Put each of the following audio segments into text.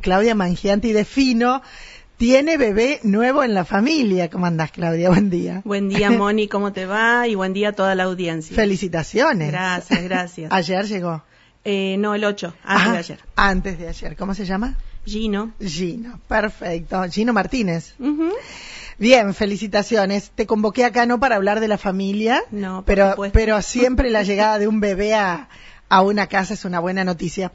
Claudia Mangianti de Fino. Tiene bebé nuevo en la familia. ¿Cómo andás, Claudia? Buen día. Buen día, Moni, ¿cómo te va? Y buen día a toda la audiencia. Felicitaciones. Gracias, gracias. Ayer llegó. Eh, no, el 8, antes Ah, de ayer. Antes de ayer. ¿Cómo se llama? Gino. Gino. Perfecto. Gino Martínez. Ujú. Bien, felicitaciones. Te convoqué acá no para hablar de la familia, No, por pero, supuesto. pero siempre la llegada de un bebé a, a una casa es una buena noticia.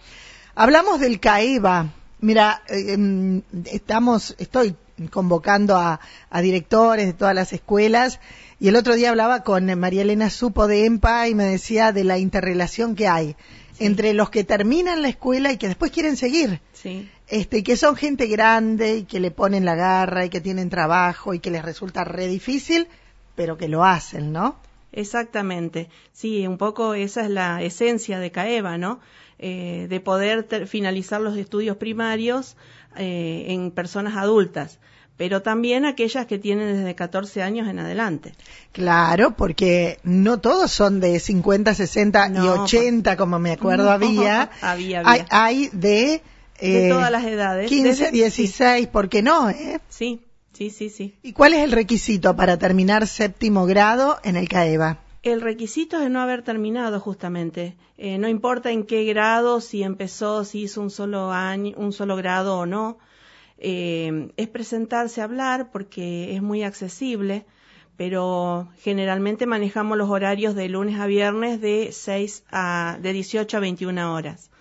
Hablamos del CAEBA. Mira, eh, em, estamos, estoy convocando a, a directores de todas las escuelas y el otro día hablaba con eh, María Elena Supo de EMPA y me decía de la interrelación que hay entre los que terminan la escuela y que después quieren seguir Sí, este, que son gente grande y que le ponen la garra y que tienen trabajo y que les resulta re difícil, pero que lo hacen, ¿no? exactamente. Sí, un poco esa es la esencia de CAEVA, ¿no? Eh, de poder ter- finalizar los estudios primarios eh, en personas adultas, pero también aquellas que tienen desde 14 años en adelante. Claro, porque no todos son de 50, 60 y No, 80, como me acuerdo No, había. había, había. Hay, hay de, De eh, todas las edades. 15, Desde- 16, ¿por qué no? eh? Sí, sí, sí, sí. ¿Y cuál es el requisito para terminar séptimo grado en el CAEBA? El requisito es de no haber terminado justamente. Eh, no importa en qué grado, si empezó, si hizo un solo año, un solo grado o no. Eh, es presentarse a hablar porque es muy accesible, pero generalmente manejamos los horarios de lunes a viernes de 6 a de 18 a 21 horas.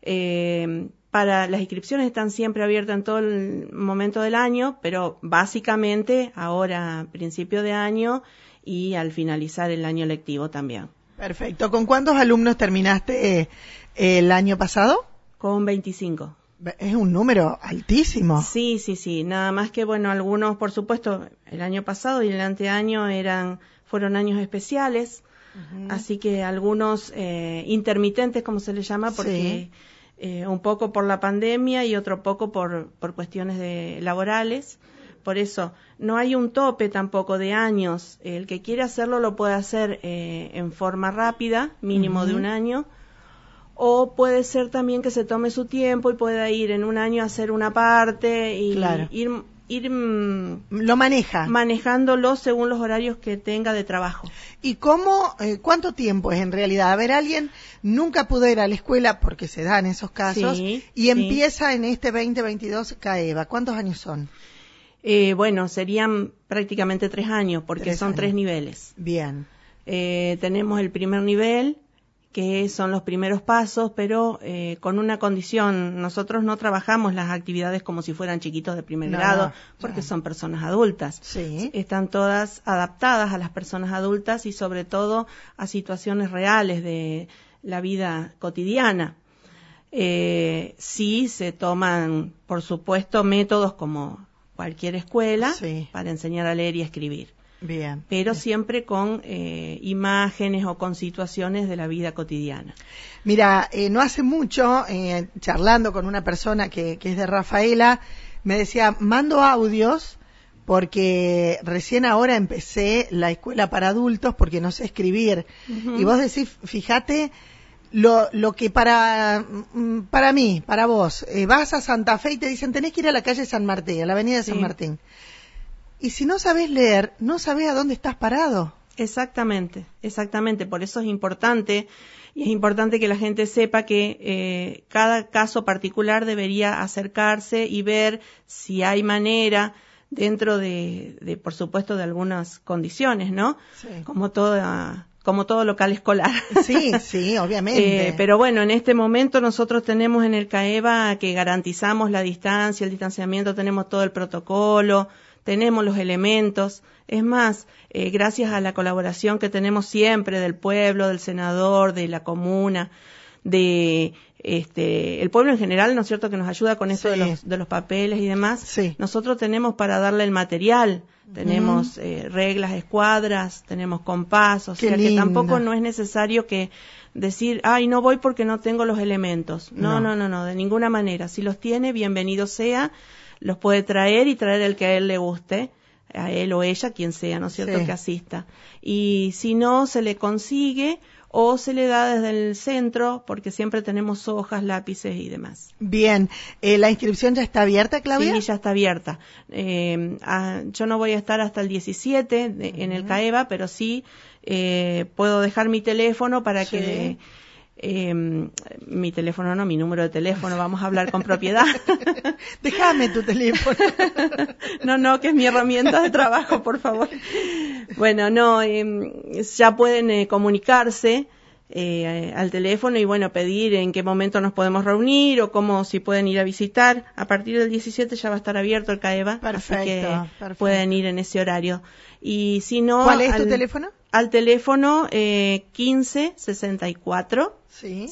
Eh, para las inscripciones están siempre abiertas en todo el momento del año, pero básicamente ahora a principio de año y al finalizar el año lectivo también. Perfecto. ¿Con cuántos alumnos terminaste eh, el año pasado? Con 25. Es un número altísimo. Sí, sí, sí. Nada más que, bueno, algunos, por supuesto, el año pasado y el anteaño eran, fueron años especiales. Mm. Así que algunos eh, intermitentes, como se les llama, porque Sí. eh, un poco por la pandemia y otro poco por, por cuestiones de laborales. Por eso, no hay un tope tampoco de años. El que quiere hacerlo lo puede hacer eh, en forma rápida, mínimo de Ujú. un año. O puede ser también que se tome su tiempo y pueda ir en un año a hacer una parte y Claro. Ah. ir, ir mm, Lo maneja. manejándolo según los horarios que tenga de trabajo. ¿Y cómo, eh, cuánto tiempo es en realidad? A ver, alguien nunca pudo ir a la escuela porque se dan esos casos Sí, y sí. empieza en este 2022 CAEVA. ¿Cuántos años son? Eh, bueno, serían prácticamente tres años porque Tres son años. tres niveles. Bien. Eh, tenemos el primer nivel, que son los primeros pasos, pero eh, con una condición. Nosotros no trabajamos las actividades como si fueran chiquitos de primer No, grado no, porque no. son personas adultas. Sí. Están todas adaptadas a las personas adultas y sobre todo a situaciones reales de la vida cotidiana. Eh, sí se toman, por supuesto, métodos como cualquier escuela Sí. para enseñar a leer y escribir, Bien. pero siempre con eh, imágenes o con situaciones de la vida cotidiana. Mira, eh, no hace mucho, eh, charlando con una persona que, que es de Rafaela, me decía, mando audios porque recién ahora empecé la escuela para adultos porque no sé escribir. Ujú. Y vos decís, fíjate, lo, lo que para, mm, para mí, para vos, eh, vas a Santa Fe y te dicen, tenés que ir a la calle San Martín, a la avenida de San Sí. Martín. Y si no sabés leer, no sabés a dónde estás parado. Exactamente, exactamente. Por eso es importante y es importante que la gente sepa que eh, cada caso particular debería acercarse y ver si hay manera dentro de, de, por supuesto, de algunas condiciones, ¿no? Sí. Como toda, como todo local escolar. Sí, sí, obviamente. Eh, pero bueno, en este momento nosotros tenemos en el CAEVA que garantizamos la distancia, el distanciamiento, tenemos todo el protocolo, tenemos los elementos. Es más, eh, gracias a la colaboración que tenemos siempre del pueblo, del senador, de la comuna, de este, el pueblo en general, ¿no es cierto?, que nos ayuda con eso de, Sí. los, de los papeles y demás. Sí. Nosotros tenemos para darle el material, tenemos eh, reglas, escuadras, tenemos compás, o Qué sea que tampoco lindo. no es necesario que decir, ay, no voy porque no tengo los elementos. No, No. no, no, no, de ninguna manera. Si los tiene, bienvenido sea, los puede traer y traer el que a él le guste, a él o ella, quien sea, ¿no es cierto?, Sí. que asista. Y si no, se le consigue o se le da desde el centro porque siempre tenemos hojas, lápices y demás. Bien, eh, ¿la inscripción ya está abierta, Claudia? Sí, ya está abierta. Eh, a- yo no voy a estar hasta el 17 de- en el CAEVA, pero sí eh, puedo dejar mi teléfono para Sí. que... eh, mi teléfono no, mi número de teléfono, vamos a hablar con propiedad. Déjame tu teléfono. No, no, que es mi herramienta de trabajo, por favor. Bueno, no, eh, ya pueden eh, comunicarse eh, al teléfono y bueno, pedir en qué momento nos podemos reunir o cómo si pueden ir a visitar. A partir del 17 ya va a estar abierto el CAEVA, Perfecto, así que perfecto. pueden ir en ese horario. Y si no, ¿Cuál es tu al- teléfono? Al teléfono eh, 15 64 Sí,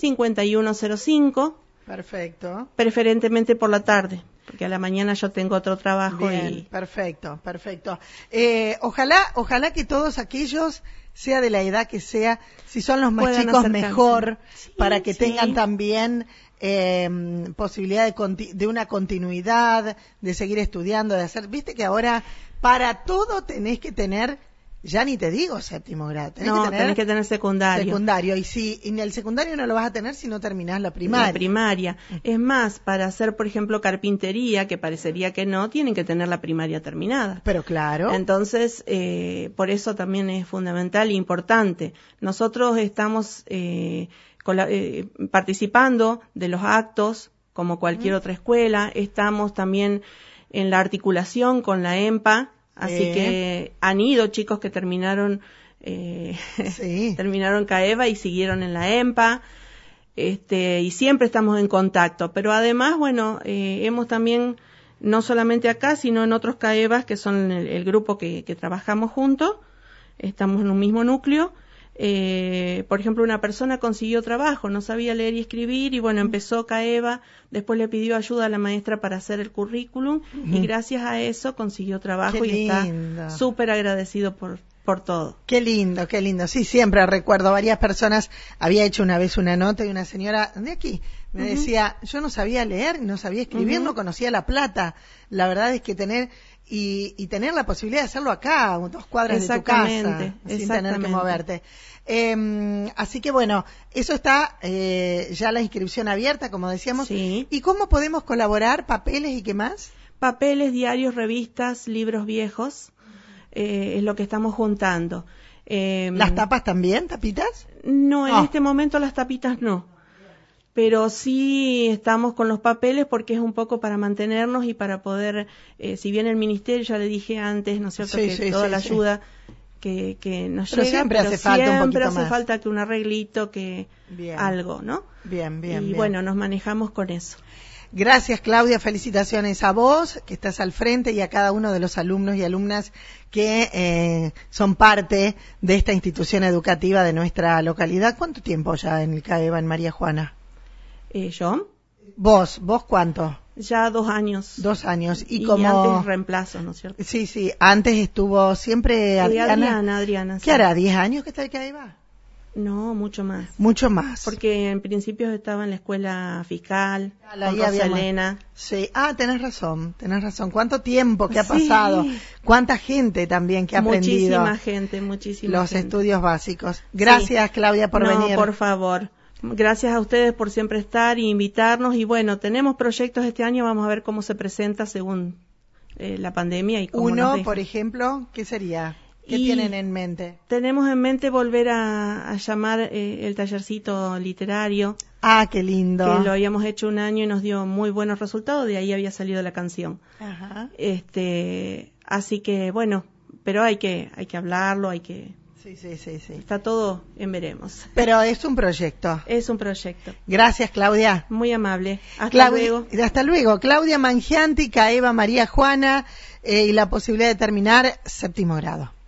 5105, perfecto. preferentemente por la tarde, porque a la mañana yo tengo otro trabajo Bien, y perfecto, perfecto. Eh, ojalá, ojalá que todos aquellos, sea de la edad que sea, si son los más Puedan chicos acercarse. mejor, Sí, para que sí. tengan también eh, posibilidad de, conti- de una continuidad, de seguir estudiando, de hacer, viste que ahora para todo tenés que tener, ya ni te digo séptimo grado, tenés no, que tener tenés que tener secundario. secundario. Y si en el secundario no lo vas a tener si no terminás la primaria. Mm. La primaria. Es más, para hacer, por ejemplo, carpintería, que parecería que no, tienen que tener la primaria terminada. Pero claro. Entonces, eh, por eso también es fundamental e importante. Nosotros estamos eh, cola- eh, participando de los actos, como Mm. cualquier otra escuela. Estamos también en la articulación con la EMPA. Así Sí. que han ido chicos que terminaron eh, Sí. terminaron CAEVA y siguieron en la EMPA. Este, y siempre estamos en contacto. Pero además, bueno, eh, hemos también, no solamente acá, sino en otros CAEVAS, que son el, el grupo que, que trabajamos juntos, estamos en un mismo núcleo. Eh, por ejemplo, una persona consiguió trabajo, no sabía leer y escribir, y bueno, empezó CAEVA, después le pidió ayuda a la maestra para hacer el currículum, y gracias a eso consiguió trabajo Qué y lindo. está súper agradecido por, por todo. Qué lindo, qué lindo. Sí, siempre recuerdo varias personas. Había hecho una vez una nota y una señora de aquí me decía, yo no sabía leer, no sabía escribir, no conocía la plata. La verdad es que tener y, y tener la posibilidad de hacerlo acá, a dos cuadras de tu casa, sin Exactamente, tener que exactamente. moverte. Eh, así que bueno, eso está eh, ya la inscripción abierta, como decíamos. Sí. ¿Y cómo podemos colaborar? ¿Papeles y qué más? papeles, diarios, revistas, libros viejos, eh, es lo que estamos juntando. Eh, ¿Las tapas también, tapitas? No, en Ah. este momento las tapitas no. Pero sí estamos con los papeles porque es un poco para mantenernos y para poder, eh, si bien el ministerio, ya le dije antes, ¿no es cierto?, Sí, que sí, toda sí, la sí. ayuda que, que nos Pero llega, siempre hace falta un siempre poquito hace más. falta que un arreglito, que Bien. algo, ¿no? Bien, bien. y bien. bueno, nos manejamos con eso. Gracias, Claudia. Felicitaciones a vos, que estás al frente, y a cada uno de los alumnos y alumnas que eh, son parte de esta institución educativa de nuestra localidad. ¿Cuánto tiempo ya en el CAEBA, en María Juana? Eh, yo, Vos, vos cuánto? ya dos años. Dos años. Y, y, como... antes reemplazo, ¿no es cierto? Sí, sí, antes estuvo siempre Sí, Eh, Adriana. Adriana, Adriana, sí. ¿Qué hará? ¿Diez años que está el CAEBA? No, mucho más. Mucho más. Porque en principio estaba en la escuela fiscal, Ahí con había Rosa más. Elena. Sí, ah, tenés razón, tenés razón. ¿Cuánto tiempo que ha Sí. pasado? ¿Cuánta gente también que ha aprendido? Muchísima gente, muchísima los gente. estudios básicos. Gracias, Claudia, por No, venir. por favor. Gracias a ustedes por siempre estar y invitarnos. Y bueno, tenemos proyectos este año, vamos a ver cómo se presenta según eh, la pandemia y cómo nos Uno, deja. por ejemplo, ¿qué sería? ¿Qué Y- tienen en mente? Tenemos en mente volver a, a llamar eh, el tallercito literario, Ah, qué lindo. que lo habíamos hecho un año y nos dio muy buenos resultados, de ahí había salido la canción. Ajá. Este, así que bueno, pero hay que hay que hablarlo, hay que Sí, sí, sí, sí. está todo en veremos. Pero es un proyecto. Es un proyecto Gracias, Claudia. muy amable. Hasta Claudia- luego. Hasta luego. Claudia Mangianti, Caeva María Juana eh, y la posibilidad de terminar séptimo grado.